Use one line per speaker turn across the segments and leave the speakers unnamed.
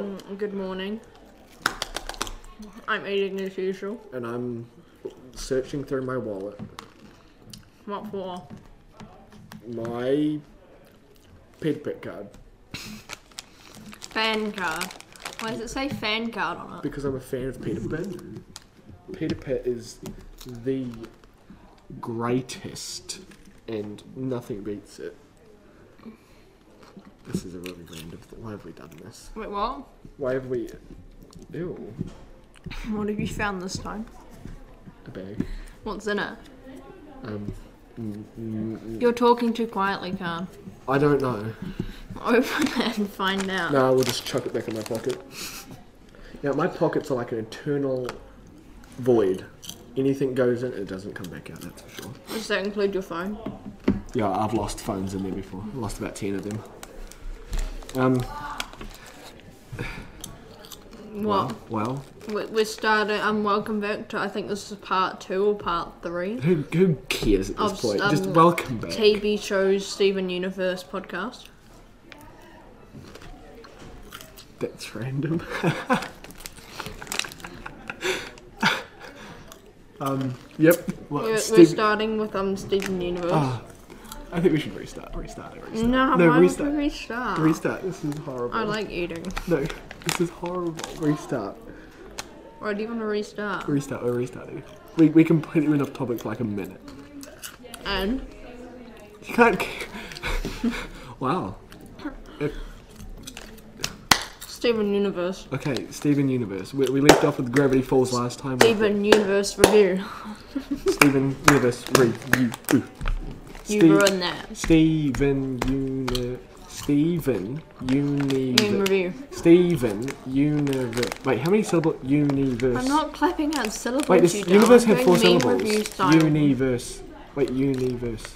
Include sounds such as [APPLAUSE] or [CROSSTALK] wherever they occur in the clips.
Mm, Good morning. I'm eating as usual.
and I'm searching through my wallet.
What for?
My PedPet card,
Fan card. Why does it say fan card on it?
because I'm a fan of Peter Pet. Peter Pet is the greatest, and nothing beats it. This is a really random. Th- why have we done this?
Wait, what?
Why have we? Ew,
What have you found this time?
a bag.
What's in it?
Um, mm, mm, mm.
You're talking too quietly, Khan.
I don't know.
[LAUGHS] Open it and find out.
No, I will just chuck it back in my pocket. Now my pockets are like an eternal void. Anything goes in, it doesn't come back out. That's for sure.
Does that include your phone?
Yeah, I've lost phones in there before. I lost about ten of them. Um.
What?
Well,
We- We're starting. Um, welcome back to. I think this is part two or part three.
who, who cares at this
Of,
point? Just
um,
welcome back.
TV shows Steven Universe podcast.
That's random. [LAUGHS] um. Yep. Well,
We're, we're
Steve-
starting with um Steven Universe.
Ah, I think we should restart. Restart. Restart.
no,
no
why would
restart.
we restart?
Restart. This is horrible.
I like eating.
No, this is horrible. Restart.
Why do you want to restart?
Restart. We're restarting. We, we completely went off topic for like a minute.
and
You can't. [LAUGHS] wow. If,
Steven Universe.
okay, Steven Universe. We, we left off with Gravity Falls last time.
Steven Universe review.
Steven Universe. Re, you, ooh.
You
Steve-
ruined that.
Steven Uni. Steven
Game
Universe.
review.
Steven Universe. Wait, how many syllables? Universe.
I'm not clapping out syllables.
Wait, does
you
universe
dumb.
have four
Doing meme review
syllables?
style.
Universe. Wait, universe.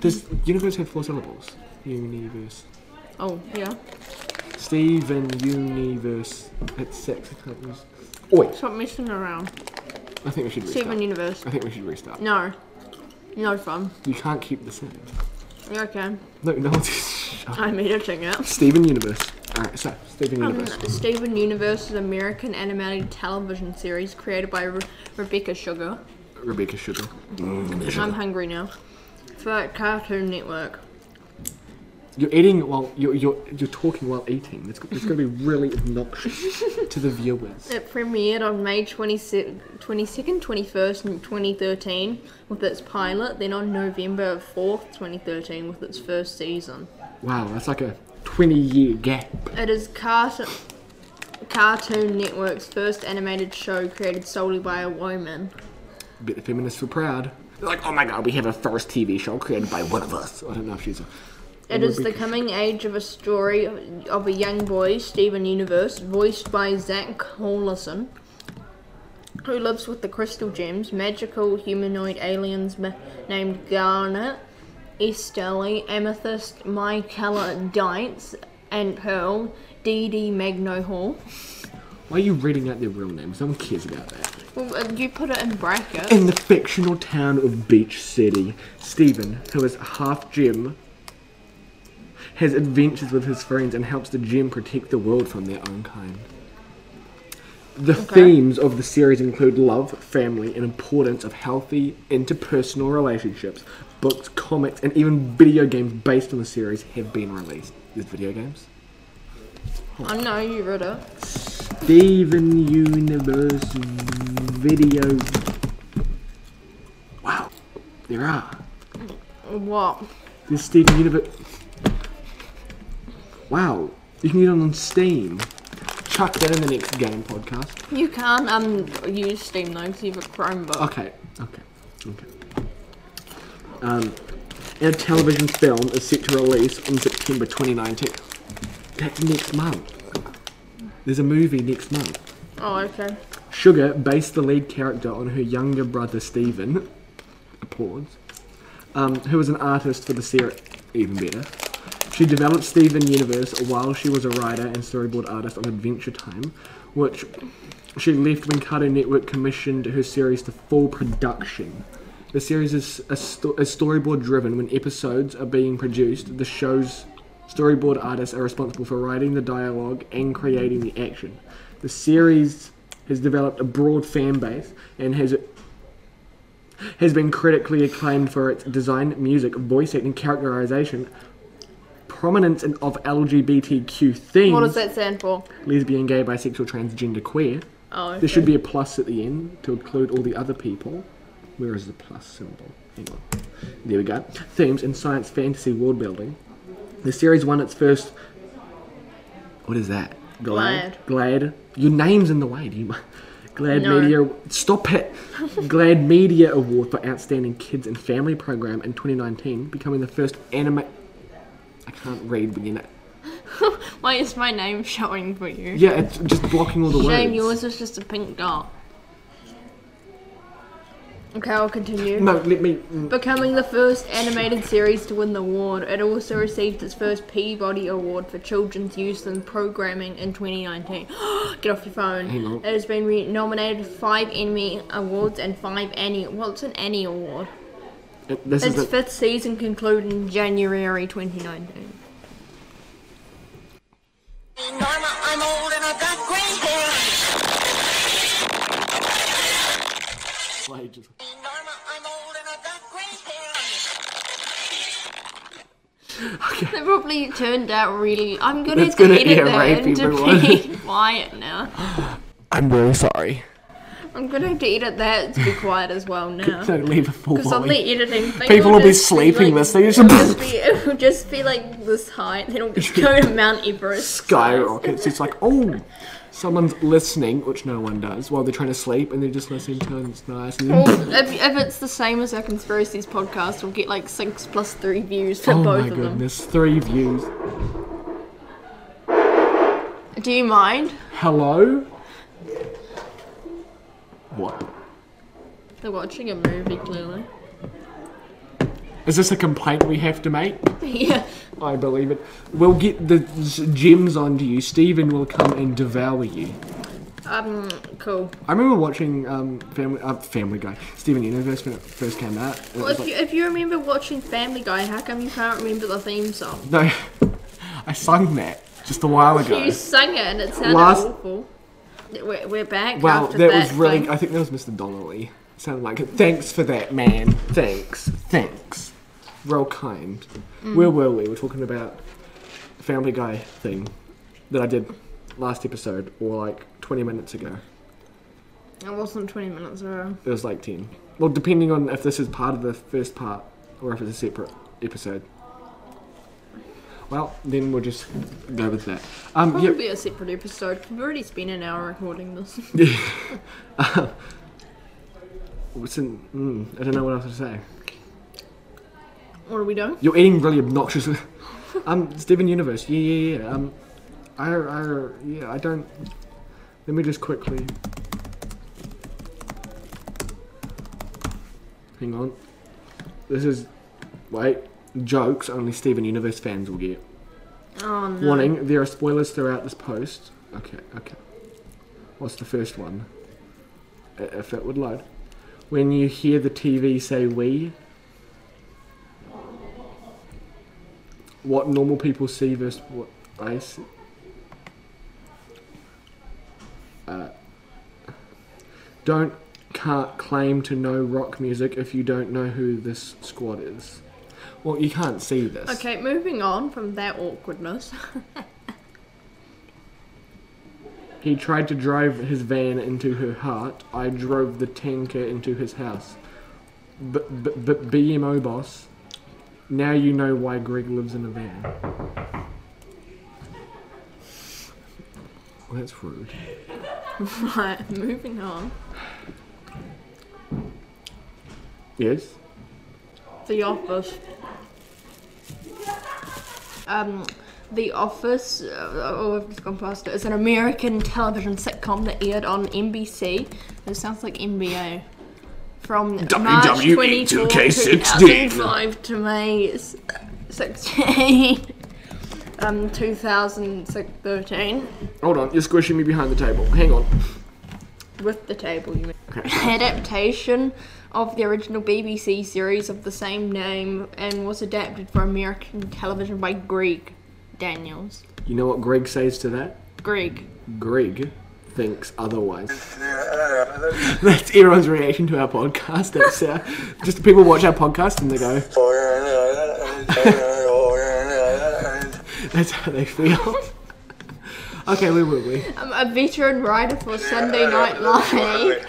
Does universe have four syllables? Universe.
Oh yeah.
Steven universe. It's six. I can't use. Oi,
Stop messing around.
I think we should restart.
Steven Universe.
I think we should restart.
No. No fun.
You can't keep the same.
Okay.
No, no. [LAUGHS] Shut up.
I'm editing it.
Steven universe. Alright, so Steven
Um,
universe.
Steven Universe is an American animated television series created by Re- Rebecca Sugar.
Rebecca Sugar.
Mm, I'm hungry now. For Cartoon Network.
You're eating while you're you're you're talking while eating. It's, it's going to be really obnoxious
[LAUGHS]
to the viewers.
It premiered on May 22nd, 21st, and 2013 with its pilot, then on November 4th, 2013 with its first season.
Wow, that's like a 20 year gap.
It is Cartoon, Cartoon Network's first animated show created solely by a woman.
But the feminists were proud. They're like, oh my god, we have a first TV show created by one of us. I don't know if she's a.
It is the coming age of a story of a young boy, Steven Universe, voiced by Zach Collison, who lives with the crystal gems, magical humanoid aliens ma- named Garnet, Estelle, Amethyst, My Color Dites, and Pearl, Dee Dee Magno Hall.
Why are you reading out their real names? No one cares about that.
Well, uh, you put it in brackets.
In the fictional town of Beach City, Stephen, who is half gem, has adventures with his friends and helps the gem protect the world from their own kind. The themes of the series include love, family, and importance of healthy interpersonal relationships. Books, comics, and even video games based on the series have been released. There's video games.
I know you read it.
Steven Universe video. Wow, there are.
What?
There's Steven Universe. Wow, you can get it on Steam. Chuck that in the next game podcast.
You can't um use Steam though because you have a Chromebook.
Okay, okay, okay. Um, our television film is set to release in September 2019. That's next month. There's a movie next month.
Oh, okay.
Sugar based the lead character on her younger brother Stephen, applause, um, who was an artist for the series. Even better. She developed Steven Universe while she was a writer and storyboard artist on Adventure Time, which she left when Cartoon Network commissioned her series to full production. The series is, a sto- is storyboard driven. When episodes are being produced, the show's Storyboard artists are responsible for writing the dialogue and creating the action. The series has developed a broad fan base and has has been critically acclaimed for its design, music, voice acting, characterization, prominence in- of LGBTQ themes,
What does that stand for?
lesbian, gay, bisexual, transgender, queer.
Oh, okay.
There should be a plus at the end to include all the other people. Where is the plus symbol? Hang on. There we go. Themes in science fantasy world building. The series won its first. What is that? Glad. Your name's in the way. Do you? mind? Glad
No.
Media. Stop it. Glad Media Award for Outstanding Kids and Family Program in 2019, becoming the first anime. I can't read when you
Why is my name showing for you?
Yeah, it's just blocking all the words.
Shame yours was just a pink dot. Okay, I'll continue.
No, let me. mm,
Becoming the first animated series to win the award, it also received its first Peabody Award for Children's Use in Programming in 2019. [GASPS] Get off your phone.
Hang on.
It has been re- nominated for five Emmy Awards and five Annie. What's an Annie Award?
This is
Its
the-
fifth season concluded in January 2019.
Norma, I'm old and I've got gray hair.
Wages.
Norma, I'm old and I've got gray hair.
They probably turned out really. I'm gonna
That's gonna
edit
air
that
rape
and
everyone.
to be [LAUGHS] quiet now.
I'm very sorry.
I'm gonna have to edit that to be quiet as
[LAUGHS]
well now.
Don't leave a full
Because on the editing, they
People will be
just
sleeping
like-
this, they just- [LAUGHS]
it'll just be, it'll just be like this height. It'll just go to Mount Everest.
skyrockets. It's like, oh, someone's listening, which no one does, while they're trying to sleep, and they're just listening to it, and it's nice. And
Well,
then,
if, if it's the same as our conspiracies podcast, we'll get like six plus three views for
oh
both
my
of them.
goodness, three views.
Do you mind?
Hello? What?
They're watching a movie clearly. [LAUGHS]
Is this a complaint we have to make?
yeah.
I believe it. We'll get the s- gems onto you. Stephen will come and devour you.
Um. Cool.
I remember watching um, Family uh, Family Guy, Steven Universe when it first came out. and it
Well,
was
if you if you remember watching Family Guy, how come you can't remember the theme song?
No, I sung that just a while ago.
You sang it and it sounded
Last-
awful. We're, we're back.
Wow,
after
that was really.
thing.
I think that was Mr. Donnelly. Sounded like it. Thanks for that, man. Thanks. Thanks. Real kind. Where were we? We're talking about the Family Guy thing that I did last episode, or like 20 minutes ago.
It wasn't 20 minutes ago.
It was like 10. Well, depending on if this is part of the first part or if it's a separate episode. Well, then we'll just go with that. Um,
Probably
yeah,
be a separate episode. We've already spent an hour recording
[LAUGHS]
this.
what's in, mm, I don't know what else to say.
what are we doing?
You're eating really obnoxiously. [LAUGHS] um, Steven Universe. Yeah, yeah, yeah. Um, I, I, yeah, I don't. Let me just quickly. Hang on. This is. Wait. Jokes only Steven Universe fans will get.
Oh no.
Warning, there are spoilers throughout this post. Okay, okay. What's the first one? I- If it would load. When you hear the TV say we, what normal people see versus what I see. Uh, don't can't claim to know rock music if you don't know who this squad is. Well, you can't see this.
Okay, moving on from that awkwardness. [LAUGHS]
He tried to drive his van into her heart. I drove the tanker into his house. But b- b- BMO boss, now you know why Greg lives in a van. Well, that's rude.
right, moving on.
Yes.
The Office. Um, The Office, uh, oh, I've just gone past it. It's an American television sitcom that aired on NBC. It sounds like NBA. From March 24, 2005 to May s- 16, [LAUGHS] um, 2013.
Hold on, you're squishing me behind the table. Hang on.
With the table, you mean.
Okay.
[LAUGHS] adaptation of the original BBC series of the same name and was adapted for American television by Greg. Daniels.
You know what Greg says to that?
Greg.
Greg thinks otherwise. [LAUGHS] That's everyone's reaction to our podcast. That's uh, just people watch our podcast and they go, that's how they feel. [LAUGHS] okay, where were we?
I'm a veteran writer for Sunday Night Live,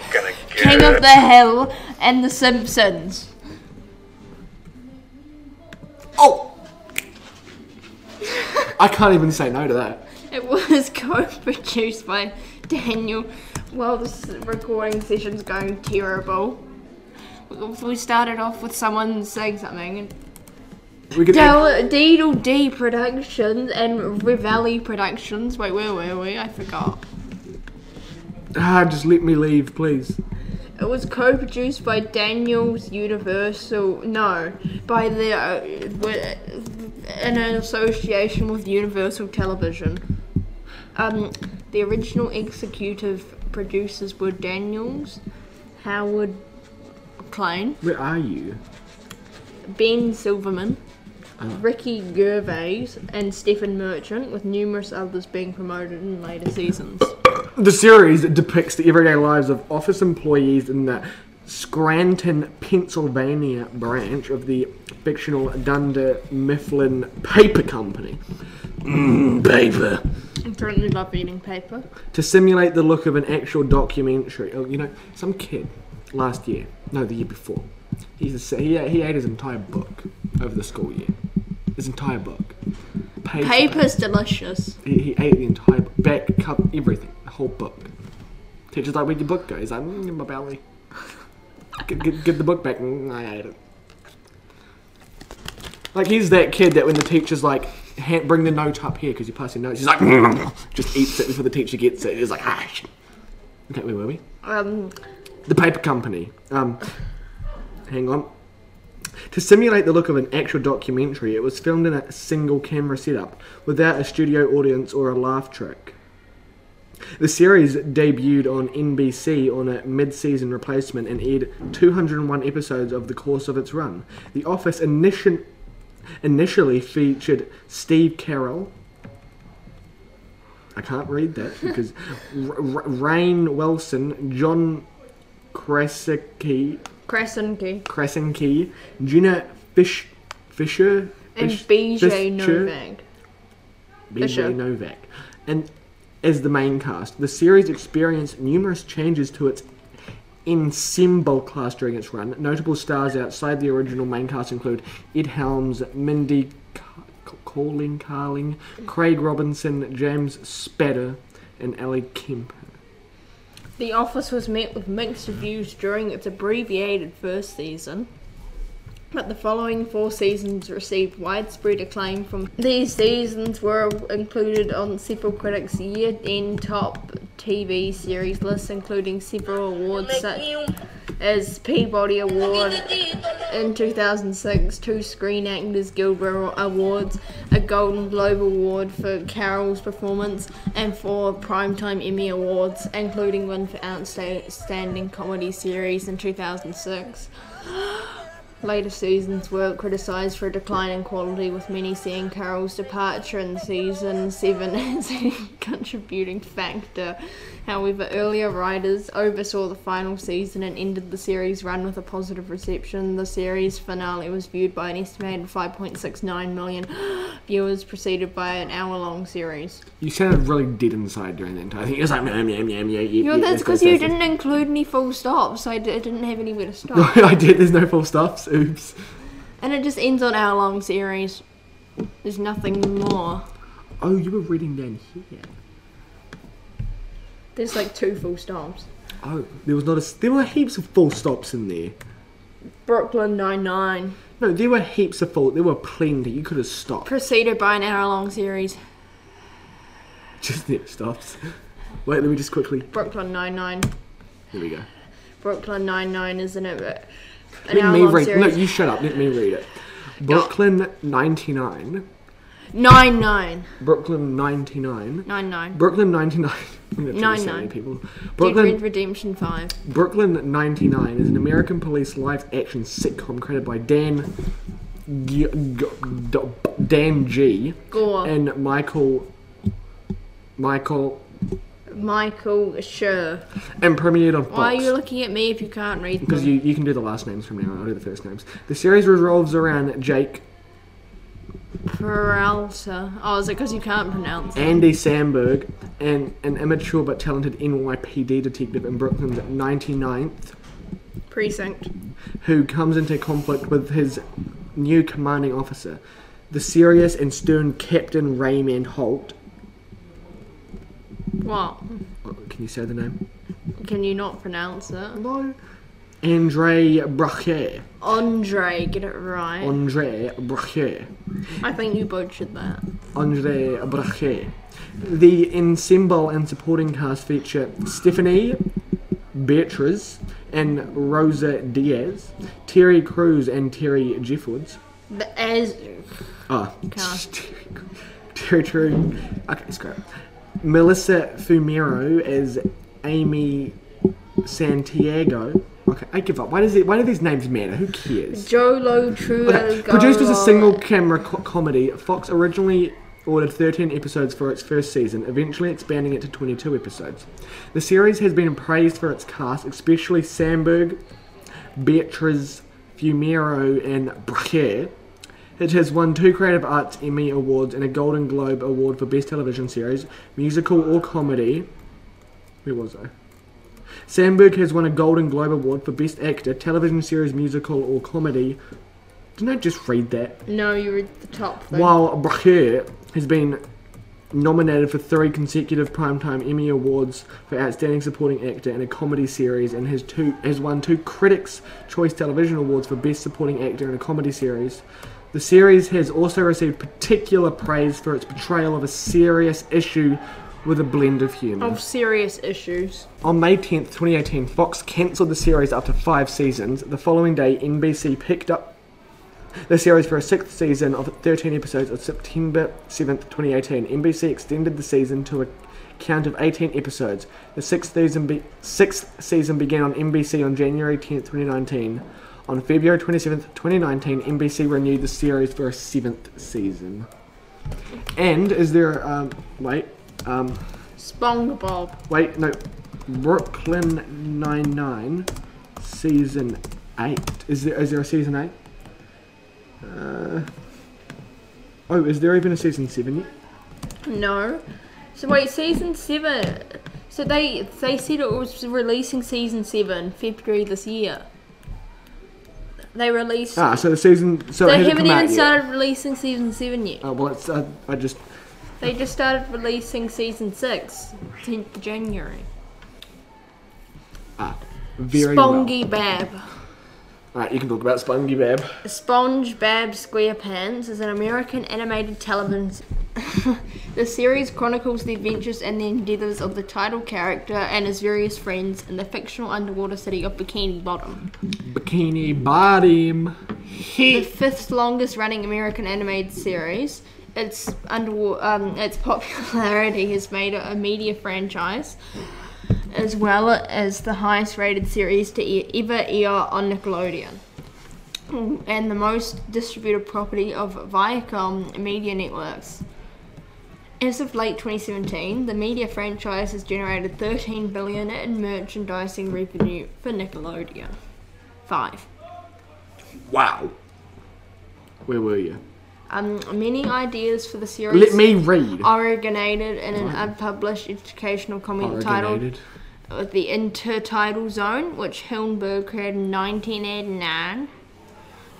King of the Hill, and The Simpsons.
Oh! I can't even say no to that.
It was [LAUGHS] co-produced by Daniel. Well, this recording session's going terrible. We started off with someone saying something, and
We could
Del- Deedle D Productions and Rivelli Productions. Wait, where were we? I forgot.
ah, just let me leave, please.
It was co-produced by Daniels Universal. No, by the uh, wi- in an association with Universal Television. Um, the original executive producers were Daniels, Howard Klein,
Where are you?
Ben Silverman, Ricky Gervais, and Stephen Merchant, with numerous others being promoted in later seasons.
The series depicts the everyday lives of office employees in the Scranton, Pennsylvania branch of the fictional Dunder Mifflin Paper Company. Mmm, paper.
I currently love eating paper.
To simulate the look of an actual documentary. Oh, you know, some kid last year, no, the year before, he's a, he, he ate his entire book over the school year. His entire book. Paper.
Paper's delicious.
He, he ate the entire book, back cup, everything, the whole book. Teacher's like, where'd your book go? He's like, mm, in my belly. give, give, give the book back. Mm, I ate it. Like he's that kid that when the teacher's like, ha- bring the note up here because you pass your notes, he's like, [LAUGHS] "Mm," just eats it before the teacher gets it. He's like, ah. Shit. Okay, where were we?
Um,
The paper company. Um, hang on. To simulate the look of an actual documentary, it was filmed in a single camera setup, without a studio audience or a laugh track. The series debuted on NBC on a mid season replacement and aired 201 episodes over the course of its run. The Office initi- initially featured Steve Carroll. I can't read that because R- R- Rain Wilson, John Krasicki,
Krasinski
Krasinski, Gina Fish, Fisher,
and
Fish-
BJ
Fischer?
Novak. Fisher.
BJ Novak. And as the main cast, the series experienced numerous changes to its ensemble cast during its run. Notable stars outside the original main cast include Ed Helms, Mindy Calling, Carling, Craig Robinson, James Spader, and Ali Kemp.
The Office was met with mixed reviews during its abbreviated first season, but the following four seasons received widespread acclaim from. These seasons were included on several critics' year-end top TV series lists, including several awards such as Peabody Award in 2006, two Screen Actors Guild Ro- Awards, a Golden Globe Award for Carol's performance, and four Primetime Emmy Awards, including one for Outstanding Comedy Series in 2006. Later seasons were criticised for a decline in quality, with many seeing Carol's departure in season 7 [LAUGHS] as a contributing factor. However, earlier writers oversaw the final season and ended the series run with a positive reception. The series finale was viewed by an estimated 5.69 million [GASPS] viewers, preceded by an hour long series.
You sounded really dead inside during that entire thing. It was like, nom, nom, nom, yeah, yeah,
You know,
yeah,
that's
yes,
because
yes,
you
yes, yes.
didn't include any full stops, so I d- I didn't have anywhere to stop.
[LAUGHS] I did. There's no full stops. Oops.
and it just ends on hour long series. There's nothing more.
Oh, you were reading down here.
There's like two full stops.
Oh, there was not a. There were heaps of full stops in there.
Brooklyn Nine Nine,
No, there were heaps of full. There were plenty. You could have stopped.
preceded by an hour-long series.
[LAUGHS] Just near stops. Wait, let me just quickly.
Brooklyn Nine Nine,
There we go.
Brooklyn Nine Nine, isn't it? But An
Let me
hour-long
read. No,
series.
you shut up. Let me read it. Brooklyn 99.
Nine Nine,
Brooklyn 99.
Nine Nine.
Brooklyn [LAUGHS] 99. That's really
Nine,
so
nine.
many people.
Dead
Brooklyn
Red Redemption Five.
Brooklyn 99 is an American police live action sitcom created by Dan G- G- D- Dan G
Go on.
and Michael Michael
Michael Sure.
and premiered on Fox.
Why are you looking at me if you can't read
Because
them?
you, you can do the last names from now on, I'll do the first names. The series revolves around Jake,
Peralta. Oh, is it because you can't pronounce it?
Andy Sandberg, and an immature but talented NYPD detective in Brooklyn's 99th,
Precinct.
who comes into conflict with his new commanding officer, the serious and stern Captain Raymond Holt.
What?
Oh, Can you say the name?
Can you not pronounce it?
No. Andre Brachet.
Andre, get it right.
Andre Brachet.
I think you butchered that.
Andre Brachet. The ensemble and supporting cast feature Stephanie Beatriz and Rosa Diaz, Terry Crews and Terry Jeffords.
The as
Ah,
Cast.
Terry Crews. Okay, scrap. Melissa Fumero as Amy Santiago. Okay, I give up. Why does it? Why do these names matter? Who cares?
Jolo True.
Okay, Produced as a single camera co- comedy, Fox originally ordered 13 episodes for its first season, eventually expanding it to 22 episodes. The series has been praised for its cast, especially Sandberg, Beatriz, Fumero, and Brecher. It has won two Creative Arts Emmy Awards and a Golden Globe Award for Best Television Series, Musical or Comedy. Where was I? Sandberg has won a Golden Globe Award for Best Actor, Television Series, Musical or Comedy, didn't I just read that?
No, you read the top thing.
While Brachet has been nominated for three consecutive Primetime Emmy Awards for Outstanding Supporting Actor in a Comedy Series and has two has won two Critics' Choice Television Awards for Best Supporting Actor in a Comedy Series. The series has also received particular praise for its portrayal of a serious issue with a blend of humour.
Of serious issues.
On May 10th, 2018, Fox cancelled the series after five seasons. The following day, NBC picked up the series for a sixth season of 13 episodes of September 7th, 2018. NBC extended the season to a count of 18 episodes. The sixth season, be- sixth season began on NBC on January 10th, 2019. On February 27th, 2019, NBC renewed the series for a seventh season. And is there, um, wait, um,
SpongeBob.
Wait, no. Brooklyn Nine Nine, season eight. Is there is there a season eight? Uh, oh, is there even a season seven yet?
No. So wait, season seven. So they they said it was releasing season seven February this year. They released.
Ah, so the season so it
they
hasn't
haven't
come out
even
yet.
started releasing season seven yet.
Oh well, it's uh, I just
They just started releasing season six, 10th January.
very
Spongy Bab.
well. Alright, you can talk about Spongy Bab.
Sponge Bab SquarePants is an American animated television. s- [LAUGHS] the series chronicles the adventures and the endeavors of the title character and his various friends in the fictional underwater city of Bikini Bottom.
Bikini Bottom.
The fifth longest running American animated series, its underwater, um, its popularity has made it a media franchise, as well as the highest rated series to e- ever air on Nickelodeon. And the most distributed property of Viacom Media Networks. As of late 2017, the media franchise has generated 13 billion in merchandising revenue for Nickelodeon. Five.
Wow. Where were you?
Um, many ideas for the series
Let me read.
originated in an unpublished educational comic titled
Oregonated.
uh, The Intertidal Zone, which Hillenberg created in 1989.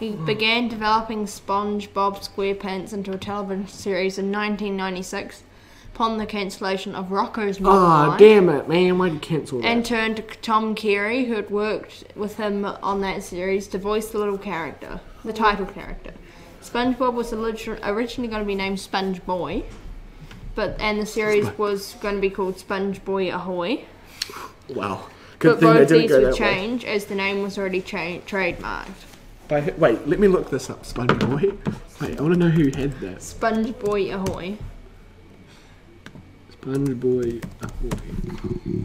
He
Hmm.
began developing SpongeBob SquarePants into a television series in 1996 upon the cancellation of Rocco's Modern
Ah,
Life,
damn it, man! Why did you cancel that?
and turned to Tom Carey, who had worked with him on that series, to voice the little character, the title character. SpongeBob was orig- originally going to be named Sponge Boy, but and the series was going to be called Sponge Boy Ahoy.
wow.
But
Good thing
both
they didn't
these
go
would
that way.
change as the name was already cha- trademarked.
By who- wait, let me look this up, SpongeBob. Wait, I want to know who had that.
Sponge Boy Ahoy.
SpongeBob. Ahoy.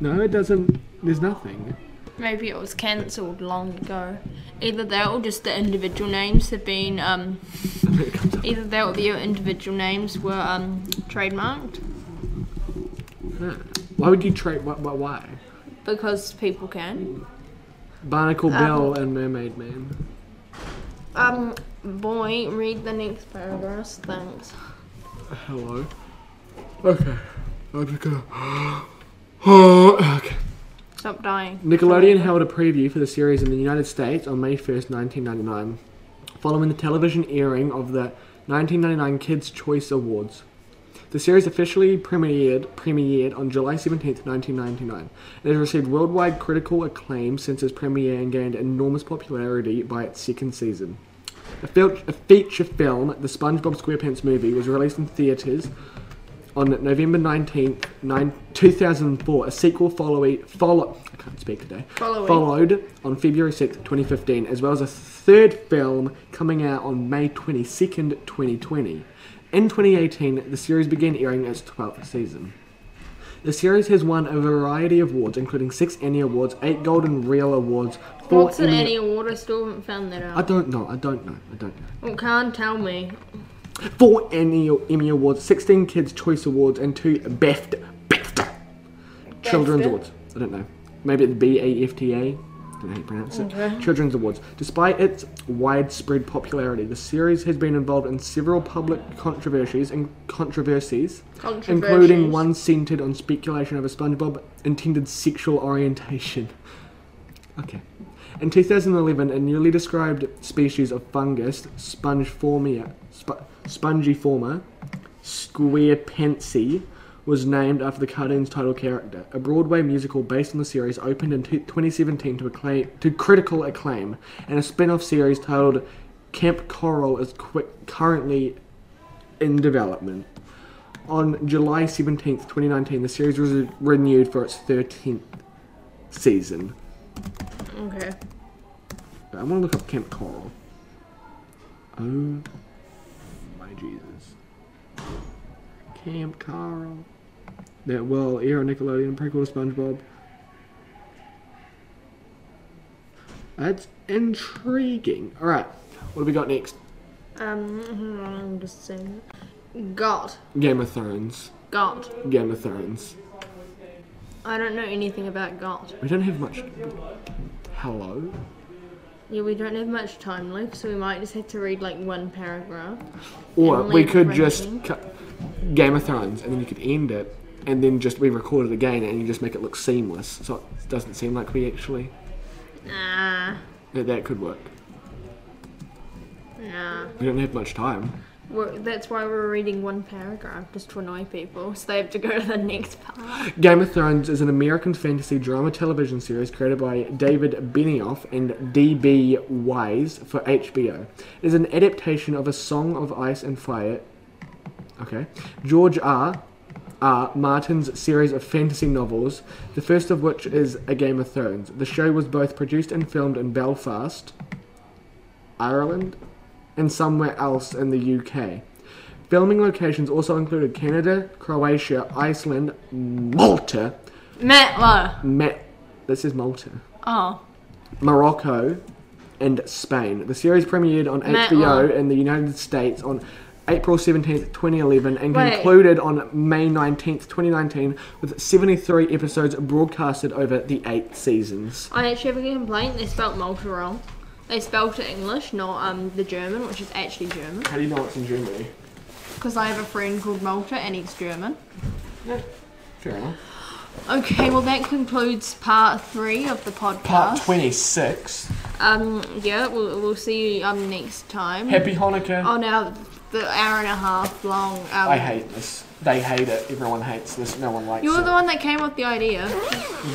No, it doesn't. There's nothing. [LAUGHS]
Maybe it was cancelled long ago. Either that or just the individual names have been um,
It comes up.
either that or the individual names were um, trademarked
Why would you trade? Why? why, why?
because people can.
Barnacle Bill and Mermaid Man.
Um, boy, read the next paragraph. Thanks.
Hello. Okay. I'm just gonna. [GASPS] Oh, okay.
Stop dying.
Nickelodeon held a preview for the series in the United States on May 1st, 1999, following the television airing of the 1999 Kids' Choice Awards. The series officially premiered, premiered on July 17th, 1999. It has received worldwide critical acclaim since its premiere and gained enormous popularity by its second season. A, fil- a feature film, the SpongeBob SquarePants movie, was released in theaters on November 19th, 9, 2004. A sequel following follow I can't speak today.
Following.
Followed on February 6th, 2015, as well as a third film coming out on May 22nd, 2020. In 2018, the series began airing its 12th season. The series has won a variety of awards, including six Annie Awards, eight Golden Reel Awards, four
What's an Annie Award? I still haven't found that
I
out.
don't know. I don't know. I don't know.
Well, can't tell me.
Four Emmy, Emmy Awards, 16 Kids' Choice Awards, and two BAFTA, BAFTA Children's
BAFTA?
Awards. I don't know. Maybe it's B-A-F-T-A. Don't know how you pronounce it.
Okay.
Children's Awards. Despite its widespread popularity, the series has been involved in several public controversies and controversies, including
Controversies.
one centered on speculation over SpongeBob intended sexual orientation. [LAUGHS] Okay. In 2011, a newly described species of fungus, Spongiformia, sp- Spongiforma, squarepensy, was named after the cartoon's title character. A Broadway musical based on the series opened in t- 2017 to, acclaim- to critical acclaim, and a spin-off series titled Camp Coral is qu- currently in development. On July 17th, 2019, the series was re- renewed for its 13th season.
Okay.
I want to look up Camp Coral. Oh my Jesus. Camp Coral. That will air on Nickelodeon, prequel to SpongeBob. That's intriguing. Alright, what do we got next?
Um, hang on, I'm just saying. God.
Game of Thrones.
God.
Game of Thrones.
I don't know anything about God.
We don't have much. Hello?
Yeah, we don't have much time left, so we might just have to read like one paragraph.
Or
And
we
leave
could
it
just
running.
cut Game of Thrones, and then you could end it, and then just re-record it again, and you just make it look seamless, so it doesn't seem like we actually
Nah,
that that could work.
nah.
We don't have much time.
We're, that's why we're reading one paragraph, just to annoy people, so they have to go to the next part.
Game of Thrones is an American fantasy drama television series created by David Benioff and D.B. Wise for HBO. It is an adaptation of A Song of Ice and Fire. Okay. George R. R. Martin's series of fantasy novels, the first of which is A Game of Thrones. The show was both produced and filmed in Belfast, Ireland, and somewhere else in the UK. Filming locations also included Canada, Croatia, Iceland, Malta,
Matla.
Ma- this is Malta,
Oh,
Morocco, and Spain. The series premiered on HBO in the United States on April 17th, 2011, and
Wait.
concluded on May 19th, 2019, with 73 episodes broadcasted over the eight seasons.
I actually have a complaint. They spelt Malta wrong. They spelt it English, not um the German, which is actually German.
How do you know it's in Germany?
Because I have a friend called Malta and he's German.
Fair enough.
Okay, well that concludes part three of the podcast.
Part 26.
Um, yeah, we'll, we'll see you um next time
Happy Hanukkah.
on our the hour and a half long. Um,
I hate this. They hate it. Everyone hates this. No one likes
You're
it.
the one that came up with the idea.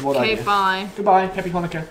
What
Okay,
idea?
bye.
Goodbye. Happy Hanukkah.